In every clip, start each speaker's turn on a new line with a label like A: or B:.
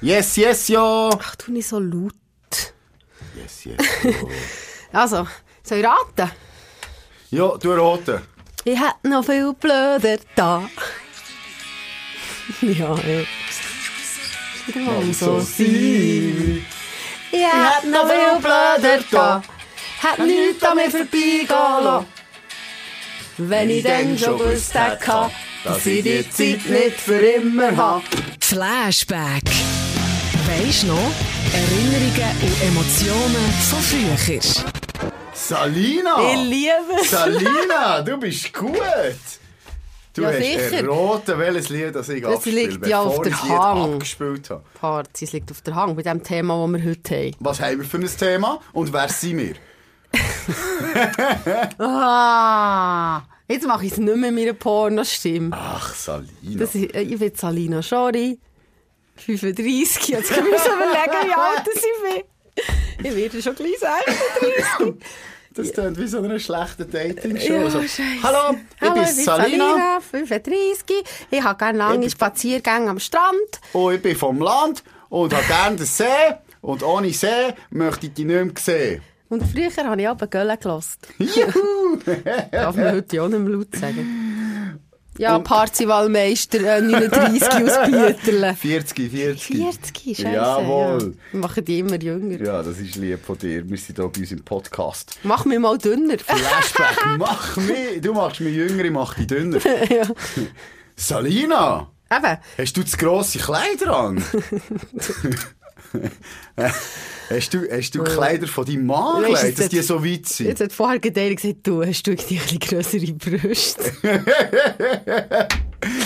A: Yes, yes, ja.
B: Ach, tu nicht so laut.
A: Yes, yes, ja.
B: Also, soll ich raten?
A: ja, du rote.
B: Ich hätte noch viel blöder da. ja, ja. Kann so sein. Ich hätte noch viel blöder da. Hätte nichts an mir vorbeigehen lassen. Wenn ich dann schon gewusst hätte, dass ich die Zeit nicht für immer habe.
C: Flashback. Weisst noch? Erinnerungen und Emotionen von früher.
A: Salina!
B: Ich liebe es.
A: Salina, du bist gut! Du
B: Ja,
A: hast
B: sicher.
A: erraten, welches Lied das ich
B: Das
A: abgespielt
B: liegt ja
A: bevor
B: auf der
A: ich das
B: Hand.
A: Lied abgespielt habe.
B: Party, es liegt auf der Hand bei dem Thema, das wir heute haben.
A: Was haben wir für ein Thema und wer sind wir?
B: Ah, jetzt mache ich es nicht mehr mit meiner Pornostimme.
A: Ach, Salina.
B: Das ist, äh, ich bin Salina Schori, 35. Jetzt kann ich mir schon überlegen, wie alt das ich bin. Ich werde schon gleich 36.
A: Das klingt wie so eine schlechte Dating-Show.
B: Ja,
A: Also,
B: Scheisse.
A: Hallo, ich
B: Hallo,
A: bin Salina
B: 35. Ich habe gerne lange Spaziergänge am Strand.
A: und Oh, ich bin vom Land und habe gerne den See. Und ohne See möchte ich dich nicht mehr sehen.
B: Und früher habe ich aber Göllen gelost. Darf man heute ja auch nicht mehr laut sagen. Ja, Parzivalmeister äh, 39 aus Bieterle.
A: 40, 40.
B: 40, scheiße.
A: Jawohl.
B: Ja. Machen die immer jünger.
A: Ja, das ist lieb von dir. Wir sind hier bei uns im Podcast.
B: Mach mich mal dünner.
A: Flashback, mach mich. Du machst mich jünger, ich mach dich dünner. Salina,
B: Eben,
A: hast du zu grosse Kleider an? hast du, hast du Kleider von deinem Mann
B: Weisst du,
A: gelegt, dass
B: jetzt-
A: die so weit sind?
B: jetzt hat vorher Gedeihung gesagt, du hast du die etwas grössere Brüste.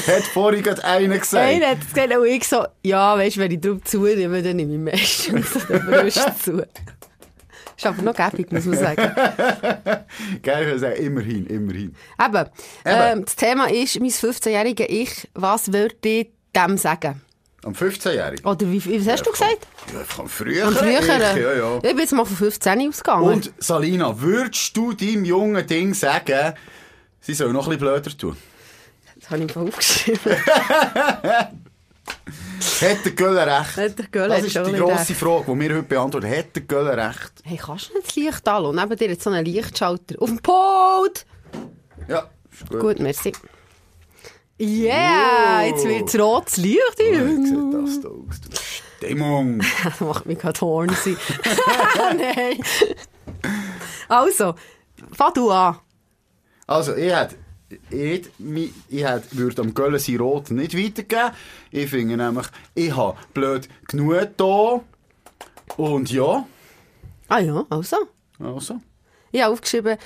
A: Hat vorhin gerade einer gesagt.
B: Einer hat es gesagt, und ich so, ja, weißt du, wenn ich drauf zunehme, dann nehme ich meistens so die Brüste zu. Ist aber noch gäbig, muss man sagen.
A: Gell, ich würde sagen, immerhin, immerhin.
B: Eben, Ähm, das Thema ist, mein 15-jähriger Ich, was würde ich dem sagen?
A: Am 15-Jährigen.
B: Oder wie, was hast du gesagt?
A: Ja, vom früheren.
B: Am
A: Ich,
B: früheren?
A: ja, ja.
B: Ich bin jetzt mal von 15 ausgegangen.
A: Und Salina, würdest du deinem jungen Ding sagen, sie soll noch ein bisschen blöder tun?
B: Das habe ich mir aufgeschrieben.
A: Hat der Göller recht?
B: Hat der Göller
A: das ist die
B: schon
A: grosse
B: recht.
A: Frage, die wir heute beantworten. Hat der Göller recht?
B: Hey, kannst du nicht das Licht an? Und neben dir hat so einen Lichtschalter. Auf dem Pult!
A: Ja, ist gut.
B: Gut, merci. Yeah,
A: Wow.
B: jetzt wird es rotes Licht.
A: Wie sieht das da aus? Du Stimmung.
B: Das macht mich gerade hornsy. Nein. Also, fang du an.
A: Also, ich hätte, ich, mi- ich hätte, würde am Göllen sein Rot nicht weitergeben. Ich finde nämlich, ich habe blöd genug da. Und ja,
B: Ah ja, also.
A: also.
B: Ich habe aufgeschrieben,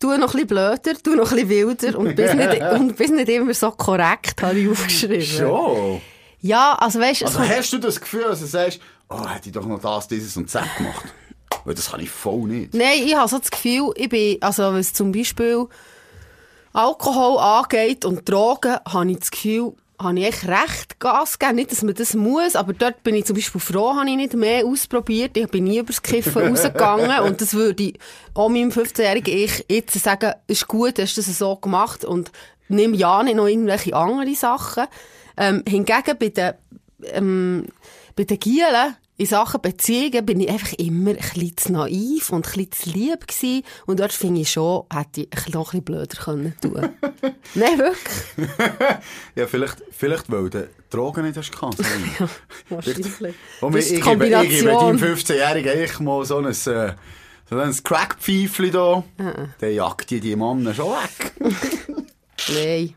B: du noch ein bisschen blöder, du noch ein bisschen wilder und bist nicht, und bist nicht immer so korrekt, habe ich aufgeschrieben.
A: Schon.
B: Ja, also weißt du,
A: Also hast du das Gefühl, dass du sagst, oh, hätte ich doch noch das, dieses und das gemacht? Weil das kann ich voll nicht.
B: Nein, ich habe so das Gefühl, ich bin, also was zum Beispiel Alkohol angeht und Drogen, habe ich das Gefühl, habe ich echt recht Gas gegeben. Nicht, dass man das muss, aber dort bin ich zum Beispiel froh, habe ich nicht mehr ausprobiert. Ich bin nie übers Kiffen rausgegangen und das würde ich auch meinem 15-jährigen Ich jetzt sagen, ist gut, hast du das so gemacht und nimm ja nicht noch irgendwelche andere Sachen. Ähm, hingegen bei den, ähm, bei den Gielen in Sachen Beziehungen bin ich einfach immer ein bisschen zu naiv und ein bisschen zu lieb gewesen. Und dort finde ich schon, hätte ich noch ein bisschen blöder können tun. Nein, wirklich.
A: Ja, vielleicht, vielleicht weil du Drogen nicht hast gekannt. Salina.
B: Wahrscheinlich.
A: Und
B: Das
A: ich,
B: ist die
A: ich, gebe, ich gebe deinem
B: Kombination.
A: 15-Jährigen ich mal so ein, äh, so ein Crackpfeifchen da.
B: Äh,
A: Dann jagt die die Männer schon weg.
B: Nein.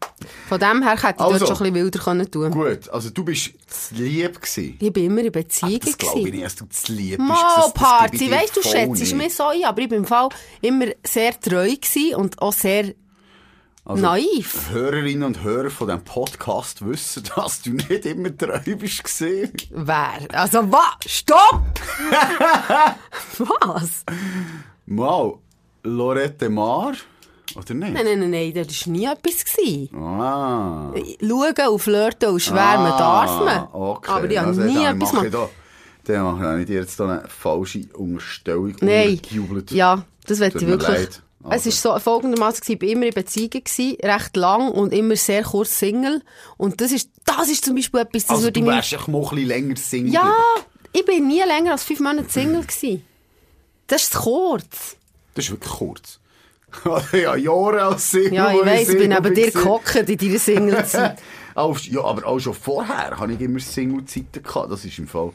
B: Von dem her hätte ich
A: Also.
B: dort schon ein bisschen wilder können tun.
A: Gut, also du bist zu lieb gewesen.
B: Ich bin immer in Beziehungen
A: Das glaube ich
B: gewesen.
A: nicht, dass du zu lieb bist.
B: Mo,
A: Das- das gebe ich
B: Party,
A: dir
B: weißt du,
A: voll
B: schätzt
A: nicht.
B: mich so ein, aber ich bin im Fall immer sehr treu gewesen und auch sehr naiv.
A: Also, Hörerinnen und Hörer von diesem Podcast wissen, dass du nicht immer treu bist gewesen.
B: Wer? Also, was? Stopp! was?
A: Mal, Lorette Mar, oder nicht?
B: Nein, nein, nein, nein, das war nie etwas. Gewesen.
A: Ah.
B: Schauen und flirten und schwärmen
A: Ah,
B: darf man.
A: Okay.
B: Aber ich habe
A: Also,
B: nie
A: dann
B: etwas
A: mache ich
B: gemacht.
A: da- Dann eh, mache ich dir jetzt da eine falsche Unterstellung
B: Nein.
A: untergejubelt.
B: Ja, das
A: Tut
B: wette ich
A: mir
B: wirklich.
A: leid. Also.
B: Es war so folgendermaßen, gewesen, ich war immer in Beziehungen, gewesen, recht lang und immer sehr kurz Single. Und das ist, das ist zum Beispiel etwas, das
A: Also
B: würde
A: du
B: ich mir...
A: wärst echt mal ein bisschen länger Single.
B: Ja, ich bin nie länger als fünf Monate Single. Gewesen. Das ist zu kurz.
A: Das ist wirklich kurz. ja, Jahre als Single.
B: Ja,
A: wo
B: ich weiss, ich bin
A: Single
B: neben dir
A: gewesen.
B: gehockt in deiner Single-Zeit.
A: Auch- Ja, aber auch schon vorher hatte ich immer Single-Zeiten. gehabt. Das ist im Fall...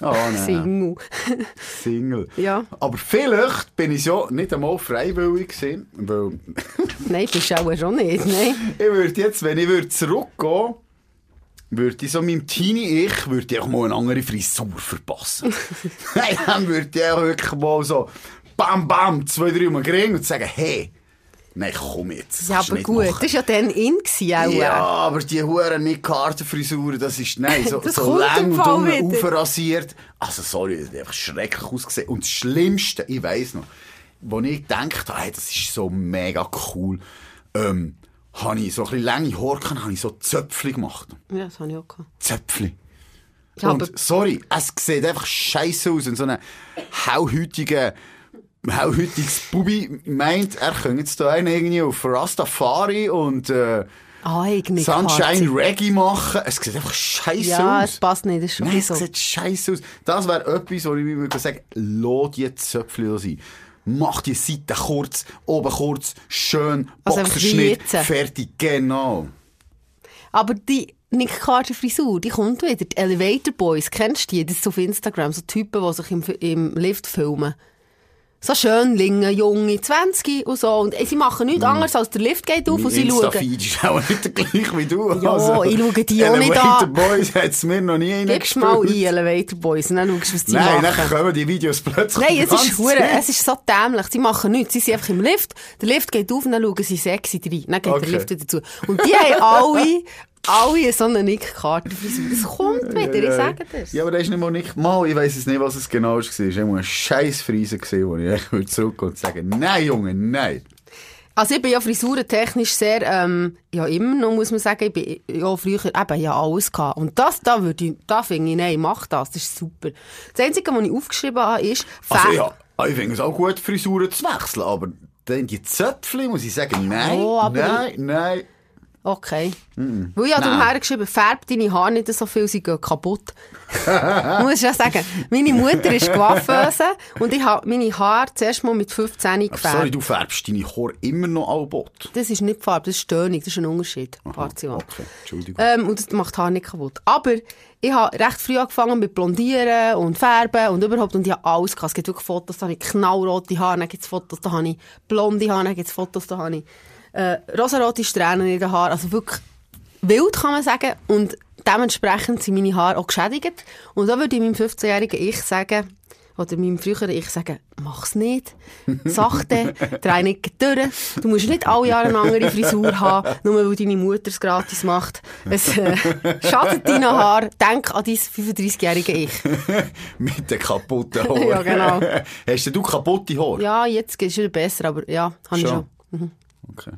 A: Ah, nein.
B: Single.
A: Single.
B: Ja.
A: Aber vielleicht bin ich ja nicht einmal freiwillig gewesen, weil
B: Nein, bist du auch schon nicht, nein.
A: ich würde jetzt, wenn ich würde zurückgehen, würde ich so meinem Teenie Ich, würde ich auch mal eine andere Frisur verpassen. Nein, dann würde ich auch wirklich mal so bam, bam, zwei, drei Mal kriegen und sagen, hey, nein, komm jetzt. das
B: Ja,
A: kannst du
B: aber
A: nicht
B: gut,
A: machen.
B: das war ja dann in gewesen, auch.
A: Ja, aber die huren nicht Kartenfrisuren, das ist nein, so,
B: Das
A: so
B: kommt
A: lang
B: im
A: und
B: Fall
A: unten
B: wieder.
A: aufrasiert. Also sorry, das hat einfach schrecklich ausgesehen. Und das Schlimmste, ich weiss noch, wo ich gedacht habe, hey, das ist so mega cool, ähm, habe ich so ein bisschen lange Haare gehabt, habe ich so Zöpfli gemacht.
B: Ja, das habe ich auch gehabt.
A: Zöpfli.
B: Ja, aber-
A: und sorry, es sieht einfach scheiße aus, wenn so ein hauhütiger, hauhütiges Bubi meint, er könnte jetzt da einen irgendwie auf Rastafari und, äh,
B: Ah, irgendwie.
A: Sunshine Reggae machen. Es sieht einfach scheiße
B: Ja, es
A: aus.
B: passt nicht, das ist schon
A: Nein, es
B: so.
A: sieht scheiße aus. Das wäre etwas, wo ich mir würde sagen, lass die Zöpfchen da sein. Mach die Seite kurz, oben kurz, oh, schön, nou,
B: Also einfach wie
A: Boxerschnitt,
B: jetzt.
A: fertig, genau.
B: Aber die Nick Carter Frisur, die kommt wieder. Die Elevator Boys, kennst du die? Das ist auf Instagram, so Typen, die sich im, im Lift filmen. So Schönlinge, junge, 20 und so. Und sie machen nichts
A: Hm.
B: anderes, als der Lift geht auf und sie schauen.
A: Insta-Feed ist auch nicht der gleiche wie du.
B: Ja, ich schaue die auch nicht
A: Elevator
B: an.
A: Boys hat es mir noch nie
B: Gibst mal ein,
A: reingespült.
B: Elevator Boys, und dann schaust du, was die
A: Nein, dann
B: machen.
A: kommen die Videos plötzlich
B: Nein, es
A: ganz
B: ist hure,
A: zurück.
B: es ist so dämlich. Sie machen nichts. Sie sind einfach im Lift. Der Lift geht auf und dann schauen sie sexy rein. Dann geht
A: Okay.
B: der Lift wieder zu. Und die haben alle, alle so eine Nick Carter Frisur. Das kommt wieder, ich sage das.
A: Eh, Ja, aber das ist nicht mal nicht. Mal, dus ich weiß es nicht, was es genau war. Es war mal eine scheiß Frise, wo ich echt würde zurückgehen und sagen: Nein, Junge, nein.
B: Also ich bin ja frisurentechnisch sehr, ähm, ja immer noch muss man sagen, ich bin ja früher eben ja alles gehabt. Und das da würde ich, da finde ich, nein, mach das, das ist super. Das Einzige, was ich aufgeschrieben habe, ist,
A: Also,
B: Fäh-
A: ja, ich finde es auch gut, Frisuren zu wechseln, aber dann die Zöpfchen muss ich sagen: Nein,
B: Oh, aber-
A: nein, nein.
B: Okay. Weil ich habe
A: Nein.
B: darum geschrieben, färb deine Haare nicht so viel, sie gehen kaputt. muss ich ja sagen. Meine Mutter ist Coiffeuse und ich habe meine Haare zuerst mal mit
A: Aber
B: 15
A: sorry, dus
B: gefärbt.
A: du färbst deine Haare immer noch albot.
B: Das ist nicht Farbe, das ist Störung, das ist ein Unterschied. Parzival.
A: Okay, Entschuldigung.
B: Ähm, und das macht die Haare nicht kaputt. Aber ich habe recht früh angefangen mit Blondieren und Färben und überhaupt. Und ich habe alles gehabt. Es gibt wirklich Fotos, da habe ich knallrote Haare, dann gibt es Fotos, da habe ich blonde Haare, dann gibt es Fotos, da habe ich äh, rosarote Strähnen in den Haaren. Also wirklich wild, kann man sagen. Und dementsprechend sind meine Haare auch geschädigt. Und da würde ich meinem 15-jährigen Ich sagen, oder meinem früheren Ich sagen, mach's nicht. Sachte, dreh nicht durch. Du musst nicht alle Jahre eine andere Frisur haben, nur weil deine Mutter es gratis macht. Es äh, schadet deinen Haar. Denk an dein 35-jährige Ich.
A: Mit den kaputten Haaren.
B: Ja, genau.
A: Hast denn du kaputte Haare?
B: Ja, Mhm. jetzt geht's wieder besser, aber ja, habe ich schon.
A: Schon. Okay.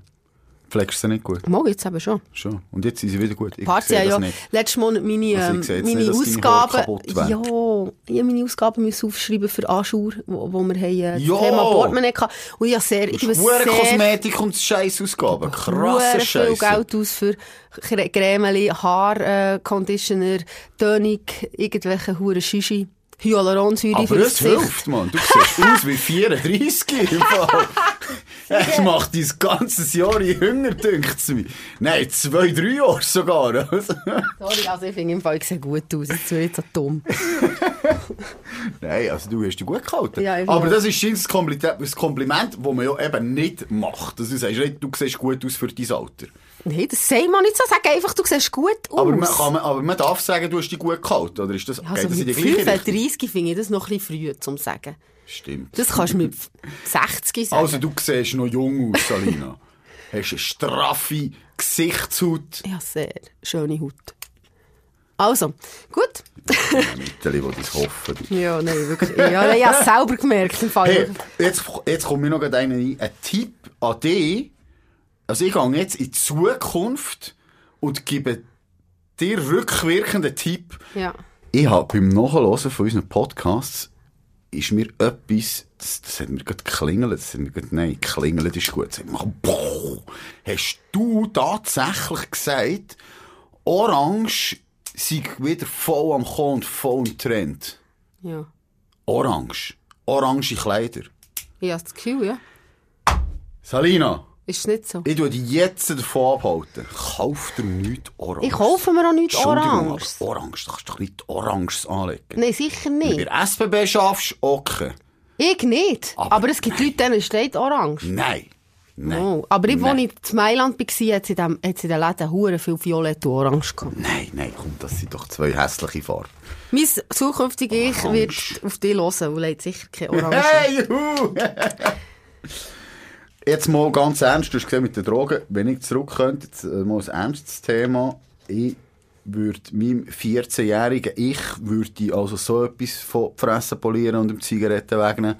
A: Pflegst du sie nicht gut?
B: Morgen jetzt eben schon.
A: Schon. Und jetzt sind sie wieder gut. Ich
B: Party,
A: sehe das
B: ja.
A: nicht.
B: Letztes Monat meine, ähm,
A: Also ich sehe jetzt
B: meine
A: nicht, dass deine Haare
B: Ausgaben.
A: kaputt
B: Ja, ich habe meine Ausgaben müssen aufschreiben für Anschauer, wo, wo wir haben, äh, das
A: Ja.
B: Thema Portemonnaie hatten. Und ich habe sehr, ich habe
A: Hure
B: sehr
A: Kosmetik und Scheißausgaben. Krasser
B: Huere viel
A: Scheiß.
B: Geld aus für Cre- Cremeli, Haar, äh, Conditioner, Tönung, irgendwelche hure Shishi, Hyaluronsäure
A: Aber
B: fürs
A: es
B: Gesicht.
A: hilft, Mann. Du siehst aus wie 34 im Fall. Es macht dein ganzes Jahr jünger, dünkt es mir. Nein, zwei, drei Jahre sogar. Also,
B: Sorry, also ich finde im Fall, ich sehe gut aus. Das wäre jetzt so dumm.
A: Nein, also du hast dich gut gehalten.
B: Ja, ich
A: Aber
B: weiß.
A: das ist scheinbar das Kompliment, das Kompliment, das man ja eben nicht macht. Das ist, du siehst gut aus für dein Alter.
B: Nein, das sei mal nicht so. Sag einfach, du siehst gut aus.
A: Aber man, kann, man- aber man darf sagen, du hast dich gut gehalten. Oder ist das,
B: Ja, also
A: geht das in die
B: mit
A: gleiche Richtung?
B: 35 finde ich das noch ein bisschen früh, zum sagen.
A: Stimmt.
B: Das kannst du mit 60 sagen.
A: Also du siehst noch jung aus, Alina. Hast eine straffe Gesichtshaut.
B: Ja, sehr schöne Haut. Also, gut.
A: Mittel, die das hoffen.
B: Ja, nein, wirklich. Ja, nein, ich habe es selber gemerkt. Im Fall.
A: Hey, jetzt, jetzt kommt mir noch gerade einer ein. Ein Tipp an dich. Also ich gehe jetzt in die Zukunft und gebe dir rückwirkenden Tipp.
B: Ja.
A: Ich habe beim Nachhören von unseren Podcasts ist mir etwas, das, das hat mir gerade geklingelt, das hat mir gerade, nein, geklingelt ist gut. Das hat mir gemacht, boah, hast du tatsächlich gesagt, Orange sei wieder voll am Kommen und voll im Trend.
B: Ja.
A: Orange. Orange Kleider.
B: Ich habe das Gefühl, ja.
A: Salina,
B: Ist es nicht so?
A: ich würde dich jetzt davon abhalten. Kauf dir nichts Orange.
B: Ich kaufe mir auch nichts
A: Entschuldigung,
B: Oranges.
A: aber Orange, du kannst doch nicht Oranges anlegen.
B: Nein, sicher
A: Wenn
B: nicht.
A: du bei SBB schaffst, okay.
B: Ich nicht.
A: Aber-
B: Aber, es gibt Leute, denen steht Orange.
A: Nein. Nein.
B: Oh. Aber ich, als
A: Nein.
B: ich in Mailand war, hat es in dem- hat es in den Läden hure viel Violett und Orange gehabt.
A: Nein, nein, komm, das sind doch zwei hässliche Farben.
B: Mein zukünftiges Ich
A: Orange.
B: wird auf dich hören und legt sicher keine Orange.
A: Hey, juhu! Jetzt mal ganz ernst, du hast gesehen mit den Drogen, wenn ich zurück könnte, jetzt äh, mal ein ernstes Thema. Ich würde meinem 14-jährigen Ich würde also so etwas von die Fresse polieren und dem Zigaretten wegnehmen.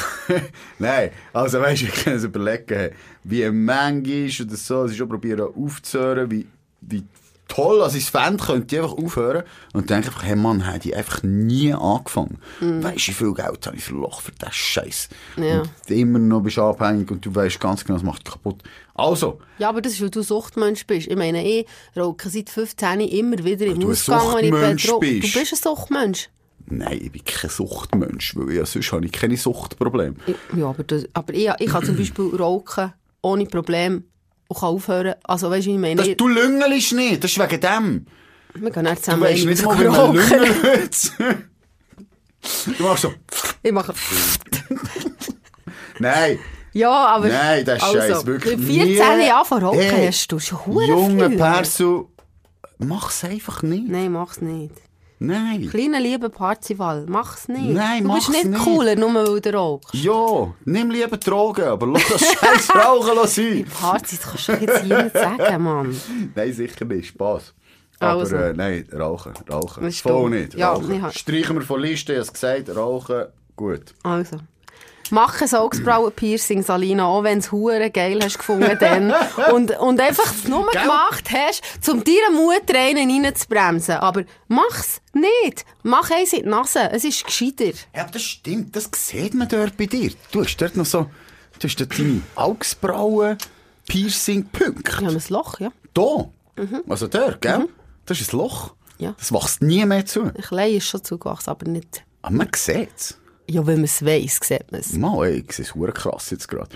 A: Nein, also weißt du, ich kann es überlegen, hey, wie ein Mensch ist oder so. Es ist auch probieren aufzuhören, wie, wie toll, als ich es fände, könnte ich einfach aufhören. Und denke einfach, hey Mann, hätte ich einfach nie angefangen. Weißt du, wie viel Geld habe ich verlocht für das Scheiß?
B: Ja.
A: Und immer noch bist du abhängig und du weißt ganz genau, es macht dich kaputt. Also,
B: Ja, aber das ist, weil du Suchtmensch bist. Ich meine, ich rauche seit 15 immer wieder
A: Weil
B: im
A: du ein
B: Ausgang, wenn ich
A: Suchtmensch
B: betro-
A: bist.
B: Du bist ein Suchtmensch.
A: nein, ich bin kein Suchtmensch, weil ja, sonst habe ich keine Suchtprobleme.
B: Ja, aber, das, aber ich, ich kann zum Beispiel rauchen ohne Problem und kann aufhören. Also weißt du, wie ich meine,
A: Das,
B: ich,
A: du lüngelst nicht, das ist wegen dem.
B: wir gehen dann
A: Du
B: zusammen
A: weißt nicht mal, wie
B: rauchen.
A: man lüngelt. du machst so,
B: Ich mache...
A: nein.
B: Ja, aber... also,
A: Nein, das ist scheiss, wirklich.
B: Mit 14
A: Nie-
B: Jahren von Rocken
A: Hey,
B: hast du schon verdammt
A: Junge
B: viel.
A: Perso, mach's einfach nicht.
B: Nein, mach's nicht.
A: Nein.
B: Kleiner lieber Parzival, mach's nicht.
A: Nein,
B: du
A: mach's
B: bist nicht
A: nicht.
B: cooler, nur weil du rauchst.
A: Ja, nimm lieber Drogen, aber lass das scheiß Rauchen lass sein.
B: Parzival das kannst du doch jetzt hier nicht sagen, Mann.
A: Nein, sicher nicht, Spaß. Aber
B: Also.
A: äh, nein, rauchen, rauchen.
B: Das ist
A: Voll
B: dumm.
A: nicht,
B: Ja,
A: rauchen.
B: ich hab-
A: Streichen wir von Liste, ich hab's gesagt, rauchen, gut.
B: Also. Mach ein Augsbrauenpiercing, Salina, auch wenn du es hure geil hast gefunden dann. und, und einfach es nur gemacht hast, um deiner Mutter einen reinzubremsen. Aber mach's nicht. Mach eins in die Nase. Es ist gescheiter.
A: Ja, aber das stimmt, das sieht man dort bei dir. Du hast dort noch so, du hast dort deine Augsbrauen, Piercing, Punkt.
B: Ich habe ein Loch, ja.
A: Da. Also dort, gell? Das ist ein Loch.
B: Mhm. Ja.
A: Das wächst nie mehr zu.
B: Ein klein ist schon zugewachsen, aber nicht.
A: Aber man sieht es.
B: Ja, wenn man es weiss, sieht man es.
A: Mal, ey, ich sehe es verdammt krass jetzt gerade.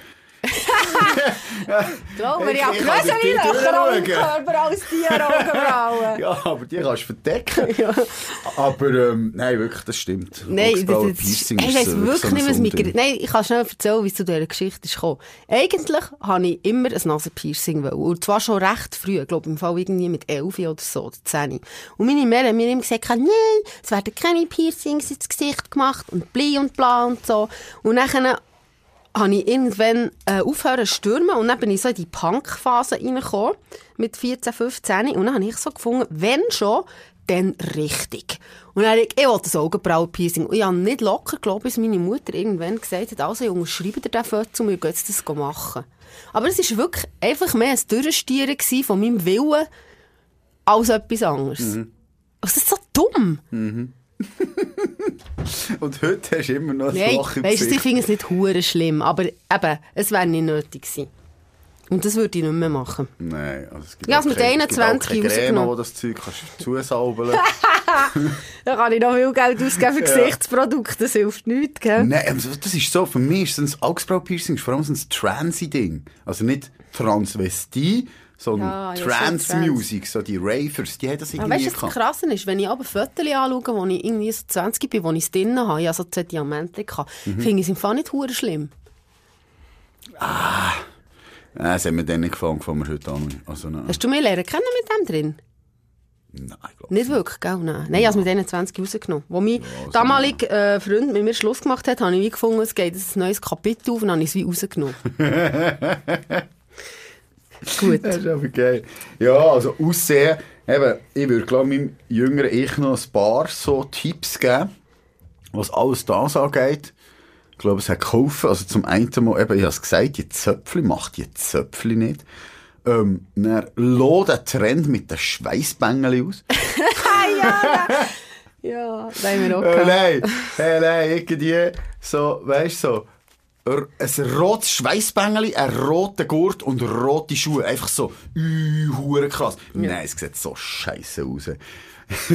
B: Glaub mir,
A: Ich-
B: ich habe
A: ich kann
B: größere
A: durch die Tür
B: Löcher am
A: schauen.
B: Körper als die Augenbrauen.
A: Ja, aber die kannst du verdecken. Aber ähm, nein, wirklich, das stimmt.
B: Nein, das,
A: Augsbrauen
B: das ist,
A: Piercing
B: ich
A: ist,
B: weiß
A: äh,
B: wirklich
A: so
B: nicht,
A: ein
B: was mich...
A: Unding.
B: gere- Nein, ich kann schnell erzählen, wie es zu dieser Geschichte ist gekommen. Eigentlich habe ich immer ein Nasenpiercing. wollen. Und zwar schon recht früh. Ich glaube, im Fall irgendwie mit 11 oder so, oder 10. Und meine Mutter hat mir immer gesagt, nein, es werden keine Piercings ins Gesicht gemacht und bli und bla und so. Und dann habe ich irgendwann äh, aufhören zu stürmen und dann bin ich so in die Punk-Phase reingekommen mit 14, 15 und dann habe ich so gefunden, wenn schon, dann richtig. Und dann habe ich, ich wollte das Augenbrauenpiercing. Und ich habe nicht locker geglaubt, bis meine Mutter irgendwann gesagt hat, also Junge, schreibe dir den Foto und wir gehen jetzt das machen. Aber es war wirklich einfach mehr ein Durchstieren gewesen von meinem Willen als etwas anderes. Also, das ist so dumm.
A: Und heute hast du immer noch ein
B: Nein,
A: Loch im
B: weißt du, ich
A: Gesicht.
B: finde es nicht hure schlimm, aber eben, es wäre nicht nötig gewesen. Und das würde ich nicht mehr machen.
A: Nein, also es gibt
B: Ja,
A: auch
B: es mit
A: keine-
B: 21
A: Es gibt auch keine Creme,
B: rausgenommen.
A: wo das Zeug kannst du zusaubeln
B: Da kann ich noch viel Geld ausgeben für Gesichtsprodukte, das hilft nichts, gell?
A: Nein, also das ist so, für mich ist das ein Augsbrau-Piercing, ist vor allem so ein Transy-Ding. Also nicht Transvestie,
B: Ah,
A: sondern
B: ja, so
A: Trans-Music, so die Ravers, die haben das irgendwie
B: Aber weißt du, was das
A: gehabt.
B: Krasse ist? Wenn ich aber Fotos anschaue, wo ich irgendwie so 20 bin, wo ich es drin habe, ich habe so zwei Diamanten gehabt,
A: Mhm.
B: finde ich es im Fall nicht hure schlimm.
A: Nein, das hat mir dann nicht gefallen, von wir heute an. Also, nein.
B: Hast du mich lernen kennen mit dem drin?
A: Nein, ich glaub
B: Nicht wirklich, gell? Nein, Nein ich habe es mit diesen 20 rausgenommen. Wo mein damaliger äh, Freund mit mir Schluss gemacht hat, habe ich wie gefunden, es geht ein neues Kapitel auf und habe ich es wie rausgenommen. Gut.
A: Das ist aber geil. Ja, also aussehen. Eben, ich würde glaub, meinem jüngeren Ich noch ein paar so Tipps geben, was alles das angeht. Ich glaube, es hat geholfen. Also zum einen mal, eben, ich habe es gesagt, die Zöpfli macht die Zöpfli nicht. Ähm, dann lass den Trend mit den Schweißbängeln aus.
B: Ah, ja, ja. Ja, das haben wir auch
A: Oh
B: gehabt.
A: nein, hey, nein, irgendwie so, weißt du, so, r- ein rotes Schweißbängeli, ein roter Gurt und rote Schuhe. Einfach so, üh, hure krass. Nein, es sieht so scheiße aus.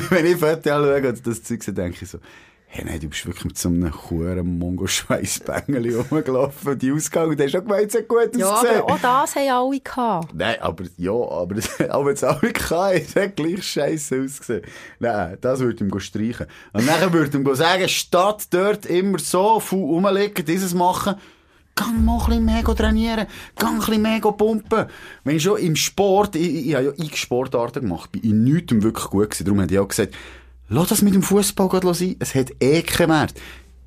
A: Wenn ich Fotos anschaue und das Zeug sehe, denke ich so, hey, nein, du bist wirklich mit so einem huren Mongo-Schweißbängeli rumgelaufen, die Ausgang, und hast schon gemeint, es hat gut
B: Ja,
A: ausgesehen.
B: aber auch das haben alle gehabt.
A: Nein, aber ja, aber auch wenn es auch nicht kann, es hat gleich scheiße ausgesehen. Nein, das würde ihm streichen. Und dann würde ihm sagen, statt dort immer so viel rumliegen, dieses machen, gang mal ein bisschen mega trainieren, gang ein bisschen mega pumpen. Wenn ich schon im Sport, ich, ich, ich habe ja x Sportarten gemacht, bin in nichts wirklich gut gewesen, darum habe ich auch gesagt, lass das mit dem Fußball gerade sein, es hat eh keinen Wert.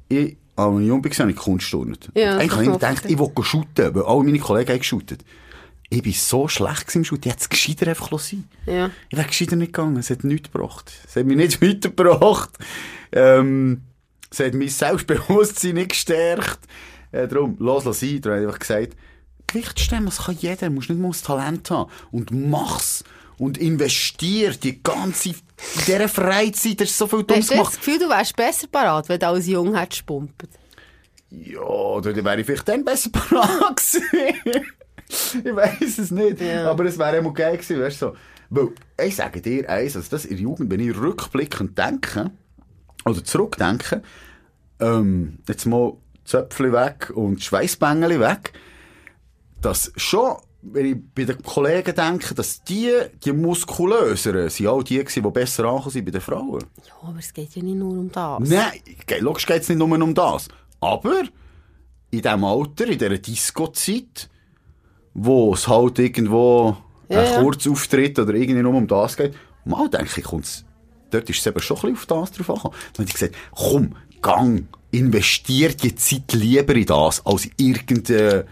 A: Ich, als ich jung war, habe ich Kunstturnet.
B: Ja,
A: Und eigentlich habe ich immer
B: das
A: gedacht, ich will gehen shooten, weil alle meine Kollegen haben geshootet. Ich bin so schlecht gewesen im Shoot. Ich hätte es gescheiter einfach sein lassen.
B: Ja.
A: Ich wäre gescheiter nicht gegangen. Es hat nichts gebracht. Es hat mich nicht weitergebracht. Ähm, es hat mein Selbstbewusstsein nicht gestärkt. Äh, darum, los, lass sein. Darum habe ich einfach gesagt, Gewicht stemmen, das kann jeder. Du musst nicht mal das Talent haben. Und mach's. Und investier die ganze, in dieser Freizeit. Da ist so viel Dummes
B: Hast du jetzt
A: gemacht.
B: das Gefühl, du wärst besser parat, wenn du als Jung hättest gepumpt?
A: Ja, dann wäre ich vielleicht dann besser parat gewesen. ich weiß es nicht. Aber es wäre immer geil gewesen, weißt du. So. Weil, ich sage dir eins, also das in der Jugend, wenn ich rückblickend denke, oder zurückdenke, ähm, jetzt mal Zöpfli weg und Schweißbängeli weg, dass schon, wenn ich bei den Kollegen denke, dass die, die muskulöseren, sind auch die gewesen, die besser angekommen sind bei den Frauen.
B: Ja, aber es geht ja nicht nur um das.
A: Nein, ge- logisch geht es nicht nur um das. Aber in diesem Alter, in dieser Disco-Zeit, wo es halt irgendwo
B: Ja,
A: ein
B: ja.
A: Kurzauftritt oder irgendwie nur um das geht, mal denke ich, kommt's, dort ist es eben schon ein bisschen auf das drauf angekommen. Dann habe ich gesagt, komm, gang, investier die Zeit lieber in das, als irgendein...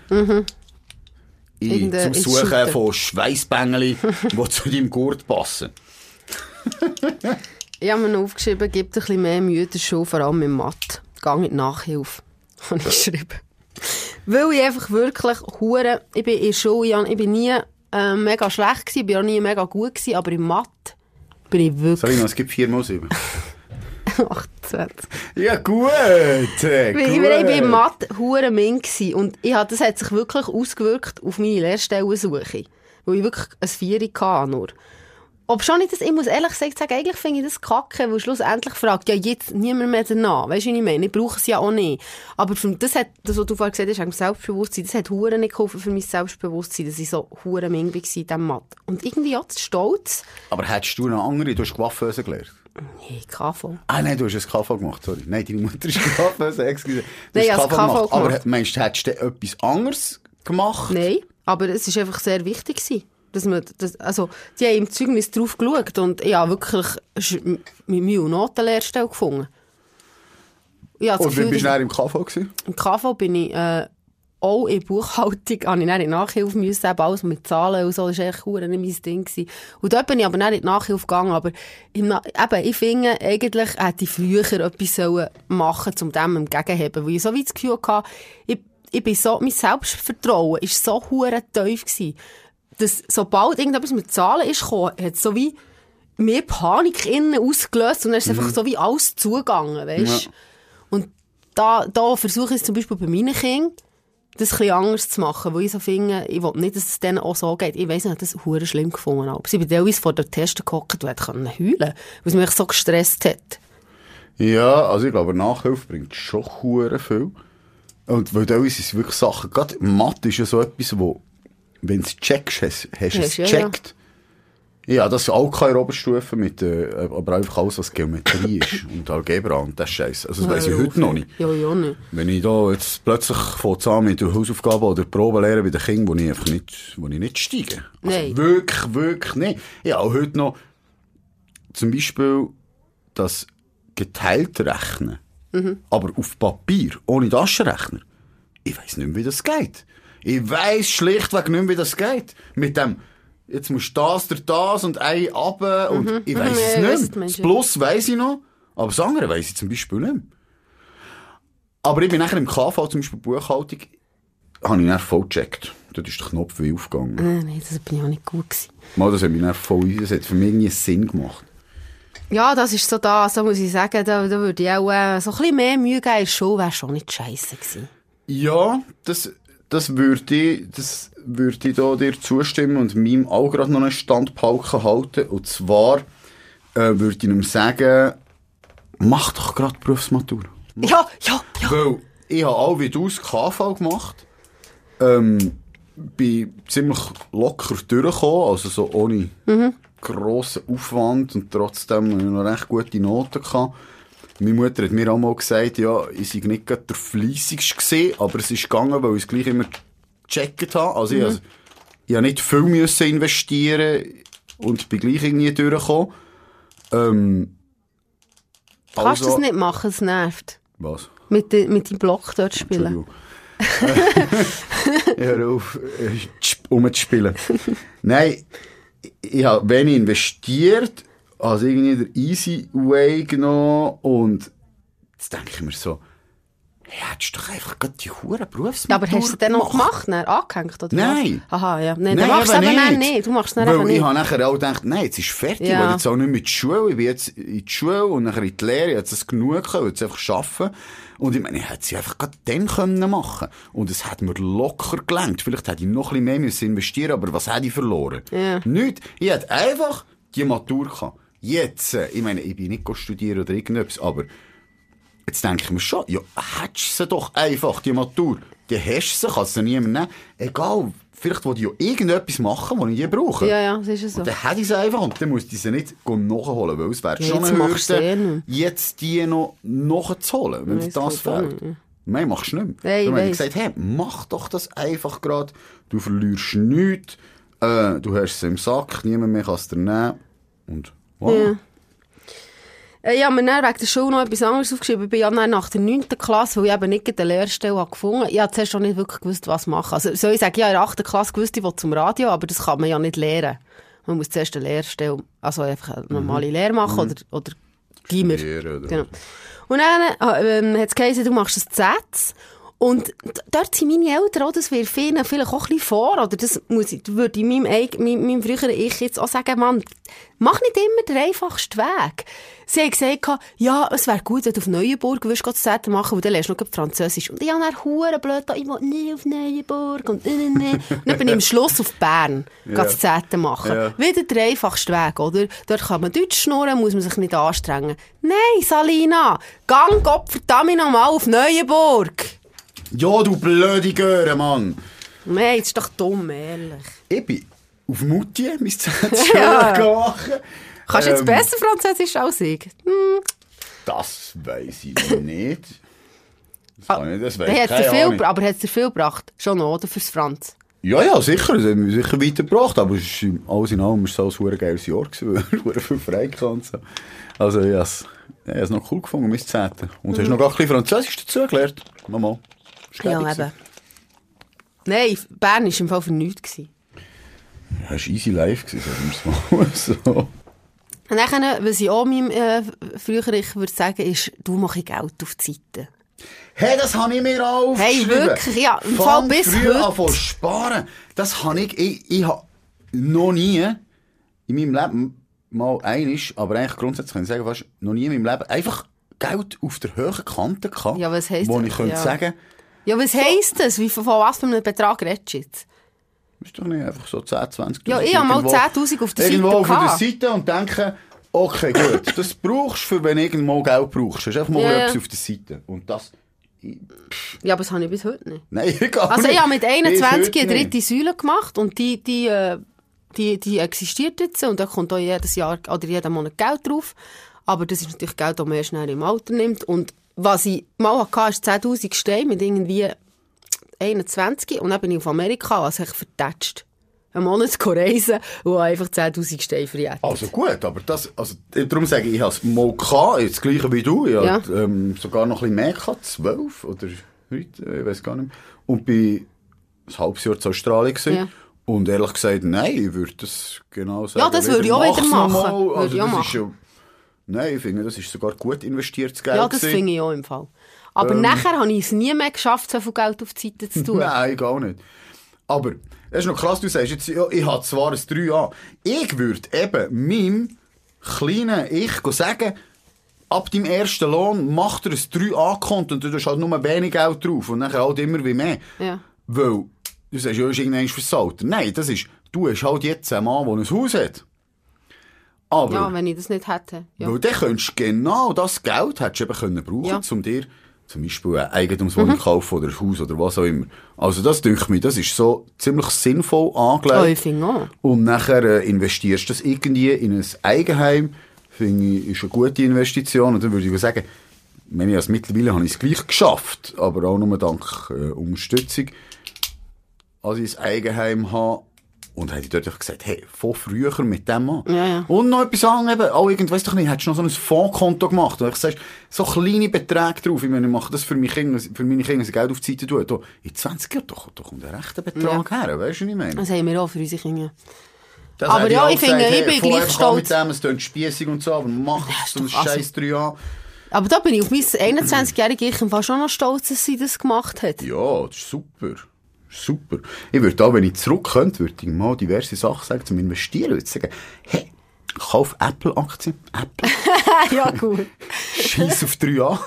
A: In,
B: Irgendein-
A: zum
B: Mhm. ins
A: Suchen
B: Shooten.
A: von Schweißbängeln, die zu deinem Gurt passen.
B: Ich habe mir noch aufgeschrieben, gib dir ein bisschen mehr Mühe der Schule, vor allem im Mathe. Gang in die Nachhilfe, habe ich geschrieben. Weil ich einfach wirklich hure, ich bin in der Schule, ich, hab- ich bin nie äh, mega schlecht gewesen, ich bin auch nie mega gut gewesen, aber im Mathe bin ich wirklich
A: Sorry, es gibt viermal sieben.
B: 28.
A: Ja, gut. äh,
B: Weil
A: gut.
B: Ich war ich bin in Mathe hure min gsi und ich hat, das hat sich wirklich ausgewirkt auf meine Lehrstellensuche. Weil ich wirklich ein Vieri hatte nur. Ob schon ich das, ich muss ehrlich gesagt sagen, eigentlich finde ich das kacke, weil schlussendlich fragt ja jetzt niemand mehr danach. Weißt du, wie ich meine? Ich brauche es ja auch nicht. Aber für, das hat, das, was du vorher gesagt hast, eigentlich Selbstbewusstsein, das hat hure nicht geholfen für mein Selbstbewusstsein, dass ich so hure min war in diesem Mathe. Und irgendwie auch zu stolz.
A: Aber hättest du noch andere? Du hast Coiffeuse gelernt.
B: Hey, KV.
A: Ah, nein, du hast ein KV gemacht, sorry. Nein, deine Mutter ist Coiffeuse, excuse. Du
B: Nein,
A: hast
B: ich habe das KV
A: Aber
B: gemacht.
A: meinst du, hättest du dann etwas anderes gemacht?
B: Nein, aber es ist einfach sehr wichtig gewesen, dass man, das, also die haben im Zeugnis drauf geschaut und ich habe wirklich sch- mit Mühe und Not eine Lehrstelle gefunden. Ich habe das
A: Und wie
B: Gefühl,
A: bist du
B: dass
A: dann im KV gewesen?
B: im KV bin ich äh, auch in Buchhaltung, habe ich dann in die Nachhilfe müssen, eben alles mit Zahlen und so, das war echt verdammt nicht mein Ding. Gewesen. Und dort bin ich aber dann in die Nachhilfe gegangen, aber im Na eben, ich finde, eigentlich hätte ich früher etwas sollen machen sollen, um dem entgegenzuheben, weil ich so wie das Gefühl hatte, ich, ich bin so, mein Selbstvertrauen war so verdammt tief, gewesen, dass sobald irgendetwas mit Zahlen ist gekommen, hat es so wie mehr Panik innen ausgelöst und dann ist einfach so wie alles zugegangen, weißt?
A: Ja.
B: Und da, da versuche ich es zum Beispiel bei meinen Kindern, das ein bisschen anders zu machen, weil ich so finde, ich will nicht, dass es denen auch so geht. Ich weiss nicht, das hure schlimm gefunden habe. Sie bin teilweise vor der Teste gehockt und hätte können heulen, weil es mich so gestresst hat.
A: Ja, also ich glaube, Nachhilfe bringt schon hure viel. Und weil da sind es wirklich Sachen, gerade Mathe ist ja so etwas, wo, wenn du es checkst, hast, hast du es
B: Hast ja, ja.
A: gecheckt. Ja, das auch keine Oberstufe mit, äh, aber einfach alles, was Geometrie ist und Algebra und das Scheiß. Also das weiss ich heute noch nicht.
B: Ja, ja, nicht.
A: Wenn ich da jetzt plötzlich von zusammen mit der Hausaufgabe oder Probelehre bei den Kindern, wo ich einfach nicht, wo ich nicht steige. Also
B: Nein.
A: Wirklich, wirklich nicht. Ja, auch heute noch zum Beispiel das geteilt rechnen. Aber auf Papier, ohne Taschenrechner. Ich weiss nicht mehr, wie das geht. Ich weiss schlichtweg nicht mehr, wie das geht. Mit dem, jetzt musst du das, der das und ein runter und ich Mhm. weiss
B: Ja, ich weiss,
A: es nicht
B: was
A: mehr.
B: du meinst,
A: Das
B: ja.
A: Plus weiss ich noch, aber das andere weiss ich zum Beispiel nicht mehr. Aber ich bin nachher im KV, zum Beispiel Buchhaltung, habe ich dann voll gecheckt. Dort ist der Knopf wie aufgegangen.
B: Nein, nein, das bin ich auch nicht gut gewesen.
A: Mal, das hat mich dann voll, das hat für mich nie Sinn gemacht.
B: Ja, das ist so das, da muss ich sagen, da, da würde ich auch äh, so ein bisschen mehr Mühe geben, in der Schule wäre schon nicht scheiße gewesen.
A: Ja, das, das würde ich, das würde ich da dir zustimmen und meinem auch gerade noch einen Standpauke halten. Und zwar äh, würde ich ihm sagen, mach doch gerade Berufsmatur.
B: Ja, ja, ja.
A: Weil ich habe auch wie du das KV gemacht. Ähm, bin ziemlich locker durchgekommen, also so ohne
B: Mhm.
A: grossen Aufwand und trotzdem habe ich noch recht gute Noten gehabt. Meine Mutter hat mir auch mal gesagt, ja, ich sei nicht gerade der fleissigste gewesen, aber es ist gegangen, weil ich es gleich immer gecheckt habe. Also
B: Mhm.
A: ich, also, ich habe nicht viel müssen investieren und bin gleich irgendwie durchgekommen. Ähm, Also
B: Kannst du das nicht machen, es nervt.
A: Was?
B: Mit, de- mit deinem Block dort spielen.
A: Entschuldigung. Äh, Hör auf, äh, tsp- rumzuspielen. Nein, ich- ich habe wenig investiert, also irgendwie den easy way nou, genommen und jetzt denke ich mir so, hey, hättest du doch einfach gerade die hure
B: Ja,
A: Berufsmatur
B: aber hast du es dann noch gemacht, dann, angehängt oder
A: Nein.
B: was? Aha, ja. Nein, du machst es
A: eben
B: eben nicht. nicht. Du machst es dann
A: Weil
B: eben
A: ich
B: nicht.
A: habe nachher auch gedacht, nein, jetzt ist fertig,
B: Ja.
A: ich will jetzt auch nicht mit Schule, ich bin jetzt in die Schule und nachher in die Lehre, ich habe jetzt das genug gehabt, ich will jetzt einfach arbeiten. Und ich meine, ich hätte sie einfach gerade dann können machen Und es hat mir locker gelangt. Vielleicht hätte ich noch ein bisschen mehr müssen investieren aber was hätte ich verloren?
B: Ja.
A: Nichts. Ich hätte einfach die Matur gehabt. Jetzt, äh, ich meine, ich bin nicht studieren oder irgendetwas, aber Jetzt denke ich mir schon, ja, hättest du sie doch einfach, die Matur. Die hast du sie, kannst du sie niemand nehmen. Egal, vielleicht will ich ja irgendetwas machen, was ich je brauche.
B: Ja, ja, das ist so.
A: Und dann hätte ich sie einfach und dann musste ich sie nicht gehen nachholen, weil es wäre
B: Ja,
A: schon
B: jetzt
A: eine
B: machst du
A: Hürde,
B: eh nicht.
A: jetzt die noch nachzuholen, wenn
B: Nein,
A: dir
B: das
A: das
B: geht auch
A: fehlt. Nein, machst du nicht mehr.
B: Nein, ich
A: Dann habe ich
B: weiss.
A: gesagt, hey, mach doch das einfach gerade. Du verlierst nichts, äh, du hast es im Sack, niemand mehr kann es dir nehmen. Und wow.
B: Ja. Äh, Ich habe mir dann wegen der Schule noch etwas anderes aufgeschrieben. Ich bin ja dann nach der 9. Klasse, weil ich eben nicht eine Lehrstelle habe gefunden habe. Ich habe zuerst auch nicht wirklich gewusst, was machen. Also, soll ich sagen, ich habe in der 8. Klasse gewusst, ich will zum Radio, aber das kann man ja nicht lehren. Man muss zuerst eine Lehrstelle, also einfach eine normale Lehre machen oder, oder Gimmer.
A: Mhm. Studieren oder
B: Genau. Und dann äh, ähm, hat es geheißen, du machst ein Z. Und d- dort sind meine Eltern auch, das wirft ihnen vielleicht auch ein bisschen vor, oder das muss ich, würde ich meinem, eig- meinem, meinem früheren Ich jetzt auch sagen, Mann, mach nicht immer den einfachsten Weg. Sie haben gesagt, gehabt, ja, es wäre gut, wenn du auf Neuenburg würdest Gott Z machen, weil dann lernst du noch gleich Französisch. Und ich habe dann verdammt blöd da, ich will nie auf Neuenburg und nee, nee, nee. Und dann bin ich am Schluss auf Bern, yeah. das Z machen.
A: Ja.
B: Wieder der einfachste Weg, oder? Dort kann man Deutsch schnurren, muss man sich nicht anstrengen. Nein, Salina, gang Gott verdammt nochmal auf Neuenburg.
A: Ja, du blöde Göre, Mann.
B: Nein, das ist doch dumm, ehrlich.
A: Ich bin auf Mutti, mein Zähnchen machen.
B: Kannst du jetzt
A: Ähm,
B: besser Französisch als ich? Hm.
A: Das weiß ich nicht. Das kann ich nicht, das
B: Hey,
A: weiß ich
B: hat's dir
A: keine
B: viel,
A: Ahnung.
B: gebra- aber hat es dir viel gebracht? Schon noch, oder? Fürs Franz.
A: Ja, ja, sicher. Das hat mich sicher weitergebracht. Aber es ist im- alles in allem war es auch ein verdammt geiles Jahr, gewesen, weil ich verdammt viel frei hatte. und so. Also, ich habe es- ich habe es noch cool gefunden, mein Zähnchen. Und hast noch gar ein bisschen Französisch dazu gelernt. Mama. Ist
B: Ja,
A: gäbig
B: eben.
A: gewesen.
B: Nein, Bern war im Fall für nichts. gewesen.
A: Ja, es war easy live, gewesen, sagen wir es mal so.
B: Und dann, was ich auch meinem äh, früher ich würde sagen, ist, du mach ich Geld auf die Seite.
A: Hey, das habe ich mir auch
B: Hey, wirklich, ja, im Fall bis
A: früh
B: heute.
A: an von sparen. Das habe ich, ich, ich habe noch nie in meinem Leben, mal einisch, aber eigentlich grundsätzlich kann ich sagen, fast noch nie in meinem Leben einfach Geld auf der höheren Kante gehabt.
B: Ja, was heisst
A: Wo
B: das?
A: ich könnte
B: Ja.
A: sagen,
B: Ja, was heisst das? Wie, von von was für einem Betrag redest du jetzt?
A: ist doch nicht einfach so 10, 20
B: Ja, ich habe mal 10'000 auf der Seite
A: Irgendwo auf der
B: gehabt.
A: Seite und denke, okay, gut, das brauchst du, für wenn du irgendwann Geld brauchst. Hast einfach mal
B: Ja, ja.
A: etwas auf der Seite. Und das,
B: Ja, aber das habe ich bis heute nicht.
A: nein, egal.
B: Also ich habe mit 21 eine
A: ein
B: dritte Säule gemacht und die, die, äh, die, die existiert jetzt und da kommt auch jedes Jahr oder jeden Monat Geld drauf. Aber das ist natürlich Geld, das man erst schnell im Alter nimmt. Und was ich mal hatte, ist 10'000 Steine mit irgendwie 21 und dann bin ich auf Amerika, also ich vertätscht. Einen Monat gehen reisen und habe einfach 10'000 Steine verjettet.
A: Also gut, aber das, also, darum sage ich, ich habe es mal gehabt, jetzt das gleiche wie du, ich
B: Ja.
A: ja. ähm, sogar noch ein bisschen mehr gehabt, zwölf oder heute, äh, ich weiß gar nicht mehr. Und bin ein halbes Jahr zu Australien gewesen.
B: Ja.
A: Und ehrlich gesagt, nein, ich würde das genau sagen.
B: das würde ich auch wieder
A: mach's
B: machen.
A: noch mal.
B: Würde
A: Also,
B: ich auch
A: das ist ja, nein, ich finde, das ist sogar gut investiertes Geld
B: ja, das
A: gewesen. Ähm.
B: finde ich auch im Fall. Aber nachher habe ich es nie mehr geschafft, so viel Geld auf die Seite zu tun.
A: Nein, gar nicht. Aber dus es ist noch krass, du sagst jetzt, ja, ich habe zwar ein 3a. Ich würde eben meinem kleinen Ich sagen, ab deinem ersten Lohn macht er ein 3A-Konto und du hast halt nur wenig Geld drauf und dann halt immer wie mehr.
B: Ja.
A: Weil, du sagst, ja, ist irgendwann versaut. Nein, das ist, du hast halt jetzt einen Mann, der ein Haus hat. Aber,
B: Ja, wenn ich das nicht hätte. Ja.
A: weil dann könntest du genau das Geld hättest du eben können brauchen,
B: Ja. Mhm.
A: um dir zum Beispiel eine Eigentumswohnung zu kaufen oder ein Haus oder was auch immer. Also das dünkt mich, das ist so ziemlich sinnvoll
B: Oh,
A: angelegt.
B: ich finde auch.
A: Und nachher äh, investierst du das irgendwie in ein Eigenheim. Finde ich, ist eine gute Investition. Und dann würde ich sagen, ich meine, also mittlerweile habe ich es gleich geschafft, aber auch nur dank äh, Unterstützung. Als ich ein Eigenheim habe, und hätte ich dort gesagt, hey, von früher mit dem an.
B: Ja, ja.
A: Und noch etwas anderes, eben, auch irgend, weiss doch nicht, hättest du noch so ein Fondskonto gemacht, wo ich sagst, so kleine Beträge drauf, ich meine, ich mache das für meine Kinder, für meine Kinder, dass ich Geld auf die Seite tue. Da, in 20 Jahren, da, kommt- da kommt ein rechter Betrag her, weißt du, was ich meine?
B: Das haben wir auch für unsere Kinder.
A: Das
B: Aber
A: hätte
B: ja,
A: auch
B: ich finde,
A: gesagt,
B: ich bin
A: vorher
B: gleich
A: kann man
B: stolz.
A: Mit dem, es tönt spießig und so, aber mach so einen
B: also-
A: scheiß 3 an.
B: Aber da bin ich auf mein 21-jährige Ich im Fall schon noch stolz, dass sie das gemacht hat.
A: Ja, das ist super. Super. Ich würde auch, wenn ich zurück könnte, würde ich mal diverse Sachen sagen zum Investieren. Würde ich sagen, hey, kauf Apple-Aktien. Apple.
B: ja gut.
A: Scheiß auf 3 an.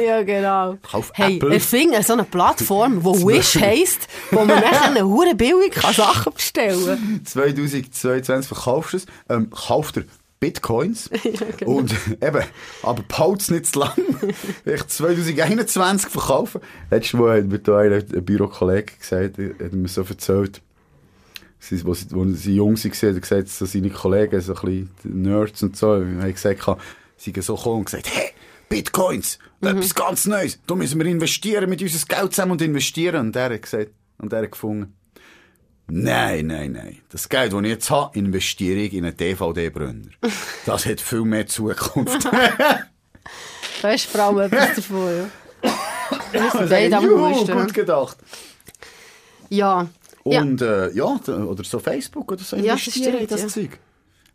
B: Ja, genau.
A: Kauf
B: hey,
A: Apple.
B: erfinde so eine Plattform, die Wish heisst, wo man nachher eine hure billig kann Sachen bestellen
A: 2022 verkaufst du es. Ähm, kauf dir Bitcoins. Und eben, aber behalt's nicht zu lang. Vielleicht 2021 verkaufen. Letztes Mal hat mir da einer, ein Bürokollege gesagt, er hat mir so erzählt, sie, wo, sie, wo sie jung waren, hat er gesagt, so seine Kollegen, so ein bisschen die Nerds und so, haben gesagt, sie sind so gekommen und gesagt, hey, Bitcoins, etwas ganz Neues, da müssen wir investieren, mit unserem Geld zusammen und investieren. Und der hat gesagt, und der hat gefunden, Nein, nein, nein. Das Geld, das ich jetzt habe, investiere ich in einen DVD-Brunner. Das hat viel mehr Zukunft.
B: Da hast du vor allem etwas davon. Ja. Das sind beide am
A: Juhu,
B: coolsten.
A: gut gedacht.
B: Ja. ja.
A: Und ja, äh, ja d- oder so Facebook oder so
B: Ja, das
A: investieren in
B: stimmt,
A: das
B: ja.
A: Zeug.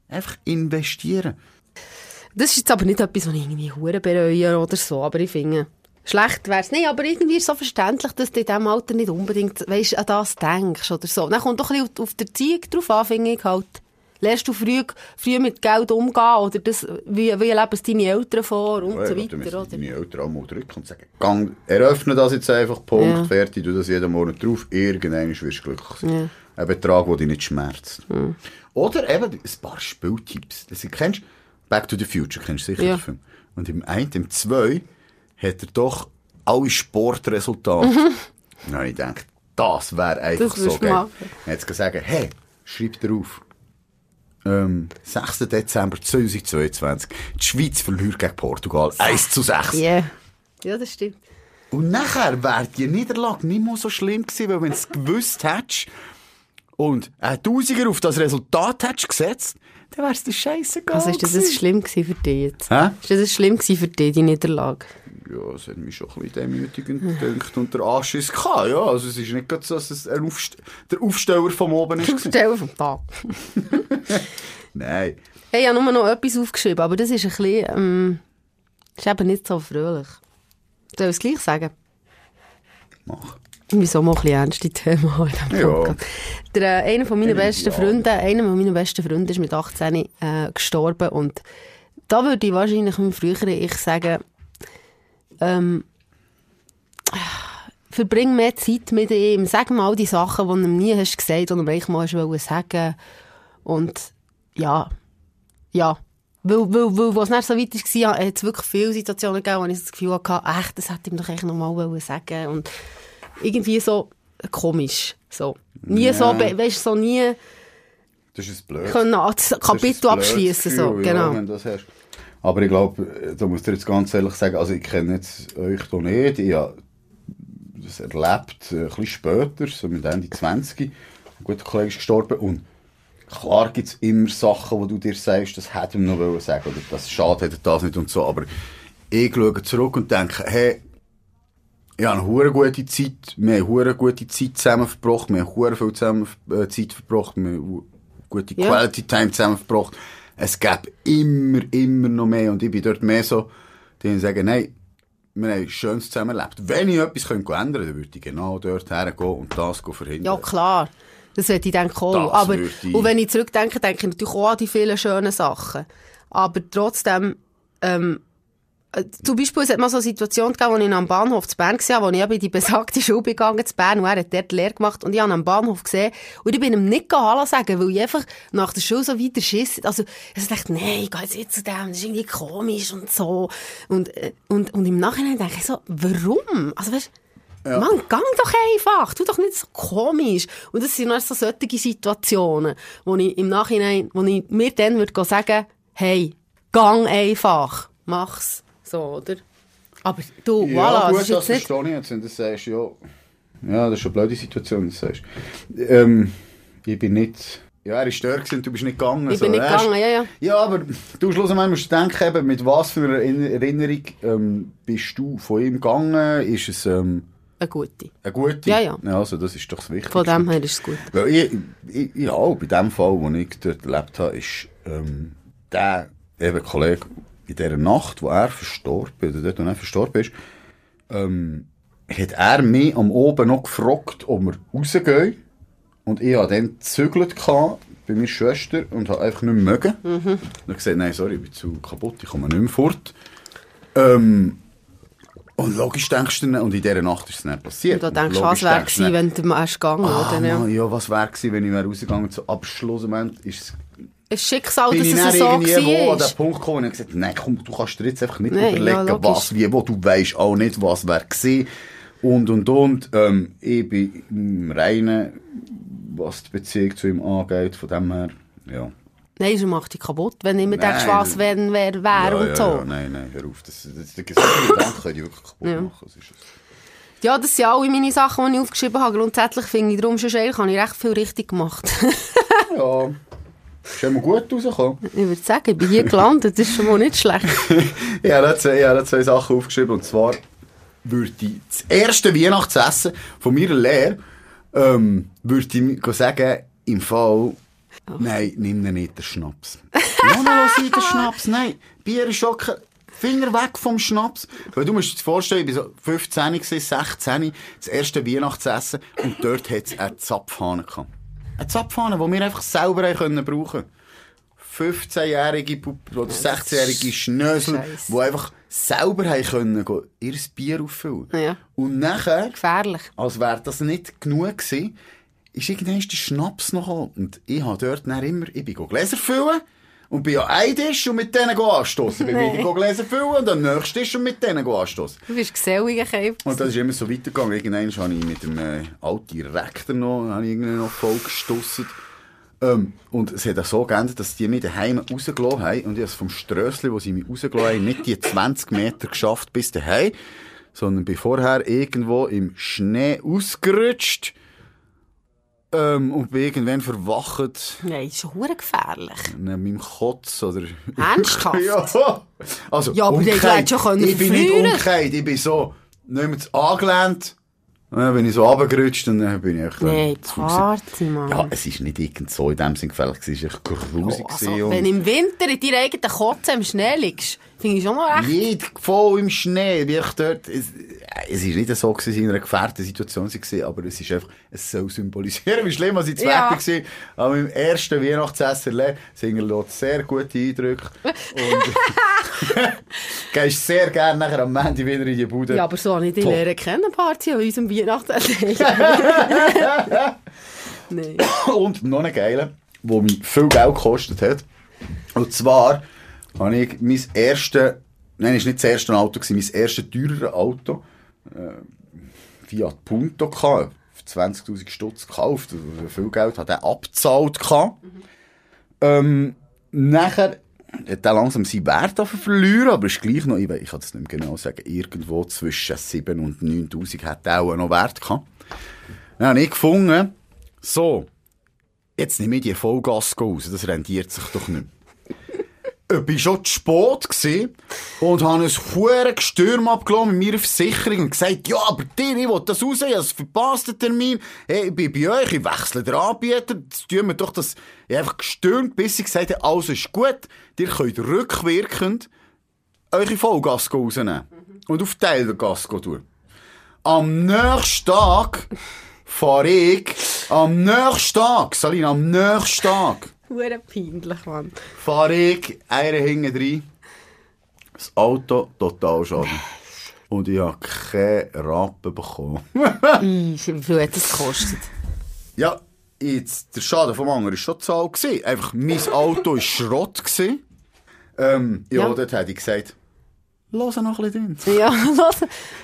A: Einfach investieren.
B: Das ist jetzt aber nicht etwas, was ich irgendwie hure bereue oder so, aber ich finde, schlecht wäre es nicht, aber irgendwie ist es so verständlich, dass du in diesem Alter nicht unbedingt weißt, an das denkst oder so. Dann kommt doch ein bisschen auf auf die Erziehung drauf an, finde ich halt. Lernst du früh, früh mit Geld umgehen oder das, wie, wie leben es deine Eltern vor und
A: Ja,
B: so
A: ja, dann müssen
B: weiter, oder?
A: Meine Eltern auch mal drücken und sagen, Gang, eröffne das jetzt einfach, Punkt,
B: Ja.
A: fertig, tu das jeden Monat drauf, irgendwann wirst du glücklich sein. Ein Betrag, der dich nicht schmerzt. Oder eben ein paar Spieltipps. Das kennst du Back to the Future, kennst du sicher
B: Ja.
A: den Film. Und im 1, im 2 hat er doch alle Nou, Sportresultate.
B: Mhm.
A: Dann habe ich gedacht, das wäre einfach so
B: würdest du
A: geil. Dann
B: machen.
A: hat sie gesagt, hey, schreib drauf. Ähm, 6. Dezember 2022. Die Schweiz verliert gegen Portugal 1 zu 6.
B: Yeah. Ja, das stimmt.
A: Und nachher wäre die Niederlage nicht mehr so schlimm gewesen, weil wenn du es gewusst hättest und einen Tausiger auf das Resultat hättest gesetzt, dann wär's dir scheißegal
B: Also ist das, das
A: gewesen.
B: schlimm gewesen für dich jetzt?
A: Hä?
B: Ist das das schlimm gewesen für dich, die Niederlage?
A: Ja, es hat mich schon ein bisschen demütigend gedünkt und der Anschiss gehabt, ja. Also es ist nicht gerade so, dass es ein Aufst der Aufsteller von oben ist. gewesen.
B: Stell vom Tag.
A: Nein.
B: Hey, ich habe nur noch etwas aufgeschrieben, aber das ist ein bisschen, ähm, ist eben nicht so fröhlich. Soll ich es gleich sagen?
A: Mach.
B: Wieso mal ein bisschen ernste Themen haben in
A: Ja.
B: diesem Podcast? Der, äh, einer von meinen
A: Ja.
B: besten Freunden, einer von meinen besten Freunden ist mit 18 äh, gestorben und da würde ich wahrscheinlich meinem früheren Ich sagen, ähm, verbring mehr Zeit mit ihm, sag mal all die Sachen, die du ihm nie hast gesagt, die du ihm eigentlich mal hast wollen sagen und ja, ja. Weil, weil, weil, als es nicht so weit war, hat es wirklich viele Situationen gegeben, wo ich so das Gefühl hatte, echt, das hätte ich ihm doch eigentlich noch mal wollen sagen Und irgendwie so komisch. So. Nie
A: Ja.
B: so, be- weißt du, so nie
A: Das ist blöd.
B: können an das Kapitel abschließen. So. genau.
A: Aber ich glaube, da muss ich dir jetzt ganz ehrlich sagen, also ich kenne jetzt euch hier nicht. Ich habe das erlebt äh, ein bisschen später, so mit Ende 20. Ein guter Kollege ist gestorben und klar gibt es immer Sachen, wo du dir sagst, das hätte ich ihm noch wollen sagen oder das schade hätte das nicht und so. Aber ich schaue zurück und denke, hey, ich habe eine hure gute Zeit, wir haben hure gute Zeit zusammen verbracht, wir haben hure viel zusammen, äh, Zeit verbracht, wir haben hu- gute
B: Ja.
A: Quality Time zusammen verbracht. Es gäbe immer, immer noch mehr und ich bin dort mehr so, die sagen, nein, wir haben schön zusammenlebt. Wenn ich etwas könnte ändern könnte, dann würde ich genau dort hergehen und das verhindern.
B: Ja, klar. Das hätte ich denken
A: Das
B: auch. Aber,
A: würde ich-
B: und wenn ich zurückdenke, denke ich natürlich auch an die vielen schönen Sachen. Aber trotzdem, ähm, äh, zum Beispiel, es hat mal so eine Situation gegeben, als ich am Bahnhof zu Bern war, wo ich eben in die besagte Schule bin gegangen zu Bern und er hat dort Lehre gemacht und ich habe ihn am Bahnhof gesehen und ich bin ihm nicht Hallo sagen, weil ich einfach nach der Schule so weiter schiss. Also, ich dachte, nein, ich gehe jetzt nicht zu dem, das ist irgendwie komisch und so. Und, äh, und, und im Nachhinein denke ich so, warum? Also, weißt Mann, gang doch einfach, tu doch nicht so komisch. Und das sind nur so solche Situationen, wo ich im Nachhinein, wo ich mir dann würde sagen, hey, gang einfach, mach's. So, oder? Aber du, voilà,
A: gut,
B: das ist jetzt nicht...
A: verstehe ich jetzt, wenn du das sagst, ja. Ja, das ist eine blöde Situation, wenn du das sagst. Ähm, ich bin nicht... Ja, er ist stärker und du bist nicht gegangen.
B: Ich bin nicht
A: Er ist-
B: gegangen, ja, ja.
A: Ja, aber du schlussendlich musst du denken, eben, mit was für einer Erinner- Erinnerung ähm, bist du von ihm gegangen? Ist es ähm,
B: Eine gute.
A: eine gute?
B: Ja, ja.
A: Also das ist doch das Wichtigste.
B: Von dem her ist es gut.
A: Weil ich, ich, ich auch bei dem Fall, den ich dort erlebt habe, ist ähm, der eben Kollege in dieser Nacht, wo er verstorben, oder dort, wo er verstorben ist, ähm, hat er mich am Oben noch gefragt, ob wir rausgehen. Und ich habe dann gezügelt gehabt bei meiner Schwester und habe einfach nicht mehr mögen. Mhm. Und habe gesagt, nein, sorry, ich bin zu kaputt, ich komme nicht mehr fort. Ähm, und logisch denkst du dann, und in dieser Nacht ist es dann passiert.
B: Da
A: Und
B: denkst du,
A: logisch
B: was wäre
A: denkst du dann-
B: gewesen, wenn du mal gegangen
A: Ah,
B: oder? Ja.
A: Mann, ja, was wäre gewesen, wenn ich wäre rausgegangen wäre? Am Schlussmoment ist es,
B: Es ist Schicksal,
A: bin
B: dass
A: ich dann
B: es so
A: irgendwo an
B: war.
A: den Punkt gekommen und habe gesagt, nein, komm, du kannst dir jetzt einfach nicht
B: Nein, ja,
A: überlegen,
B: logisch.
A: was, wie, wo, du weißt auch nicht, was wäre gewesen. Und, und, und, ähm, ich bin im Reinen, was die Beziehung zu ihm angeht, von dem her, ja.
B: Nein, es macht dich kaputt, wenn du immer
A: Nein,
B: denkst, was
A: das-
B: wenn, wer, wer
A: ja,
B: und
A: ja,
B: so.
A: Ja, nein, nein, hör auf, das, das, das, das Gedanken können die wirklich kaputt
B: Ja.
A: machen. Das ist es.
B: Ja, das sind alle meine Sachen, die ich aufgeschrieben habe. Grundsätzlich finde ich, darum schon eigentlich habe ich recht viel richtig gemacht.
A: Ja, ist immer gut rausgekommen.
B: ich würde sagen, ich bin hier gelandet, das ist schon mal nicht schlecht.
A: Ja, da zwei, ja, da zwei Sachen aufgeschrieben. Und zwar würde ich das erste Weihnachtsessen von meiner Lehre, ähm, würde ich mi- go sagen, im Fall, nein, nimm ihn nicht den Schnaps. Nimm ihn den Schnaps, nein, Bier ist okay. Finger weg vom Schnaps. Weil du musst dir vorstellen, ich war so 15, gewesen, 16, das erste Weihnachtsessen und dort hat es eine Zapfhahn gehabt. Eine Zapfhahn, die wir einfach selber haben können brauchen 15-jährige Puppen oder 16-jährige Schnösel,
B: Scheiss.
A: die einfach selber haben können gehen, ihr Bier auffüllen.
B: Ja.
A: Und nachher,
B: Gefährlich.
A: als wäre das nicht genug gewesen, ist irgendwann der Schnaps noch gekommen. Und ich habe dort dann immer, ich bin go Gläser füllen und bin an einen Tisch und mit denen go anstoßen. Ich bin wieder go Gläser füllen und am nächsten Tisch und mit denen go anstoßen.
B: Du bist gesellig, Kev.
A: Und das ist immer so weitergegangen. Irgendwann habe ich mit dem äh, alten Rektor noch, habe ich irgendwann noch voll gestossen. Ähm, und es hat auch so geändert, dass die mich daheim rausgelassen haben. Und ich habe es vom Strössli, wo sie mich rausgelassen haben, nicht die 20 Meter geschafft bis daheim, sondern bin vorher irgendwo im Schnee ausgerutscht. Ähm, und bin irgendwann verwacht
B: Nein, das ist hure gefährlich.
A: an meinem Kotz oder...
B: Ernsthaft?
A: ja. Also,
B: Ja, aber die
A: umgekehrt.
B: hätten schon können
A: Ich bin nicht
B: verfrühen.
A: umgekehrt, ich bin so nicht mehr zu angelehnt. Und Dann bin ich so runtergerutscht und dann bin ich echt...
B: Nein,
A: äh, zu Hause.
B: Party, Mann.
A: Ja, es ist nicht irgend so in dem Sinn gefällig, es war echt grusig.
B: also,
A: gewesen
B: wenn
A: und
B: im Winter in deiner eigenen Kotze im Schnee liegst, finde ich schon mal recht.
A: Jeder voll im Schnee, wie ich dort... Es, es ist nicht so, gewesen, dass ich in einer gefährten Situation war, aber es ist einfach... Es soll symbolisieren, wie schlimm ich zu
B: Ja.
A: ja. war. An meinem ersten Weihnachtsessen sind er sehr gute Eindrücke. Und... gehst sehr gerne nachher am Montag wieder in die Bude.
B: Ja, aber so habe ich die
A: Top.
B: Lehrer kennen, Party, an unserem Weihnachtsessen. Nein.
A: Und noch einen geilen, der mich viel Geld gekostet hat. Und zwar habe ich mein erstes, nein, es war nicht das erste Auto, gewesen, mein erstes teurere Auto, äh, Fiat Punto, gehabt, für 20.000 Stutz gekauft, also viel Geld, hat er abgezahlt. gehabt. Ähm, nachher hat er langsam seinen Wert angefangen zu verlieren, aber ist gleich noch, ich, we- ich kann es nicht mehr genau sagen, irgendwo zwischen 7.000 und 9.000 hat er auch noch Wert gehabt. Dann habe ich gefunden, so, jetzt nehme ich die Vollgas raus, das rendiert sich doch nicht mehr. Ich war schon zu spät gewesen und habe ein verdammtes Gestürm abgelassen mit meiner Versicherung und gesagt, ja, aber dir, ich will das raus, ich habe es verpasst, den Termin. Hey, ich bin bei euch, ich wechsle den Anbieter, jetzt tun wir doch das. Ich habe einfach gestürmt, bis ich gesagt habe, alles ist gut, ihr könnt rückwirkend eure Vollgas rausnehmen und auf Teilgas tun. Am nächsten Tag fahre ich Am nächsten Tag, Salina, am nächsten Tag
B: Hure peinlich, Mann.
A: fahre ich einen hinten rein. Das Auto total schaden. Und ich habe keinen Rappen bekommen.
B: Wie viel hat das gekostet?
A: Ja, jetzt, der Schaden vom anderen war schon zahl. Gewesen. Einfach, mein Auto war Schrott. Gewesen. Ähm, ja,
B: Ja.
A: dort hätte ich gesagt, lass noch ein bisschen drin.
B: Ja, los.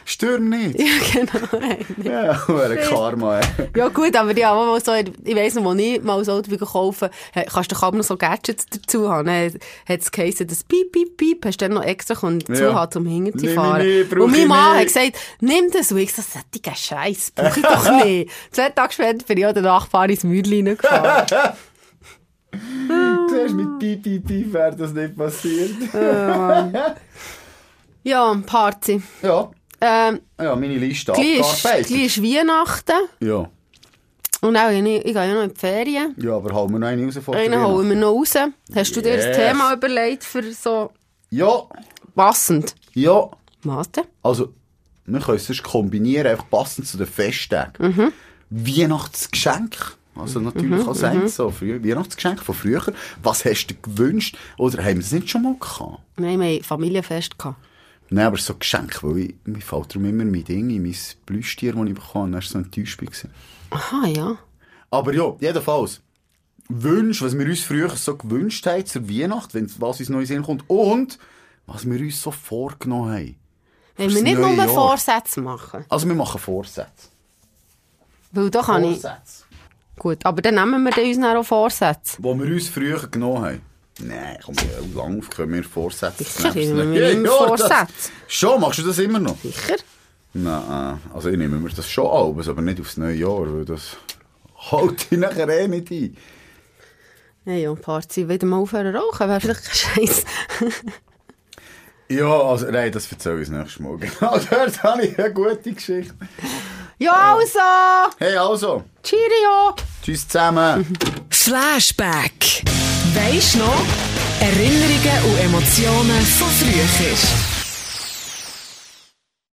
A: Stör nicht.
B: Ja, genau. ey.
A: Ja, wäre Karma. ey.
B: Ja gut, aber ja, aber mal so, ich weiss noch, als ich mal ein Auto kaufen he- kannst du kaum noch so Gadgets dazu haben. Dann hat es geheißen, das Piep, Piep, Piep hast du dann noch extra können dazu
A: Ja.
B: haben, um hinten zu
A: Nimm ich
B: fahren.
A: nicht, brauch
B: und
A: ich
B: mein Mann hat
A: nicht.
B: gesagt, nimm das. Und ich so, solche Scheiß, brauche ich doch nicht. Zwei Tage später bin ich auch danach fahre ins Mühllein gefahren.
A: Du siehst, mit Piep, Piep, Piep wäre das nicht passiert.
B: ja, Party.
A: Ja,
B: Ähm,
A: ja meine Liste
B: gleich, ist-
A: abgearbeitet.
B: gleich ist Weihnachten.
A: Ja.
B: Und auch, ich, ich gehe ja noch in die Ferien.
A: ja, aber holen wir noch einen raus vor der
B: Einen
A: Weihnacht.
B: holen wir noch raus. Hast du dir
A: Yes.
B: das Thema überlegt für so
A: Ja,
B: passend?
A: ja.
B: Was denn?
A: Also, wir können es sonst kombinieren, einfach passend zu den Festtagen. Weihnachtsgeschenk. Also natürlich auch sein, so früher. Weihnachtsgeschenk von früher. Was hast du dir gewünscht? Oder haben wir es nicht schon mal gehabt?
B: Nein, wir hatten Familienfest. gehabt.
A: Nein, aber so Geschenk, weil ich, mir fällt darum immer mein Ding in, mein Plüschtier, das ich bekommen habe. Dann war so enttäuscht. gewesen.
B: Aha, ja.
A: Aber ja, jedenfalls. Wünsch, was wir uns früher so gewünscht haben zur Weihnacht, wenn was uns neu sehen kommt. Und was wir uns so vorgenommen haben.
B: Wenn wir
A: Fürs
B: nicht
A: neue
B: nur
A: Jahr.
B: Vorsätze machen.
A: Also wir machen Vorsätze.
B: Weil da kann ich...
A: Vorsätze.
B: Gut, aber dann nehmen wir dann uns dann auch Vorsätze.
A: Wo wir uns früher genommen haben. Nein, komm, wie lange können wir Vorsätze
B: Sicher,
A: knipsen?
B: nehmen wir immer
A: Ja, das-
B: Vorsätze.
A: Schon, machst du das immer noch?
B: Sicher?
A: Nein, also ich nehme mir das schon alles, aber nicht aufs neue Jahr, weil das halte ich nachher eh nicht ein.
B: Ja, ja, Party, wieder mal aufhören rauchen, wäre vielleicht kein Scheiß.
A: Ja, also nein, das erzähle ich das nächste Mal. Genau, dort habe ich eine gute Geschichte.
B: Ja, also!
A: Hey, also,
B: Cheerio!
A: tschüss zusammen.
C: Flashback. Weisst noch? Erinnerungen und Emotionen von früher.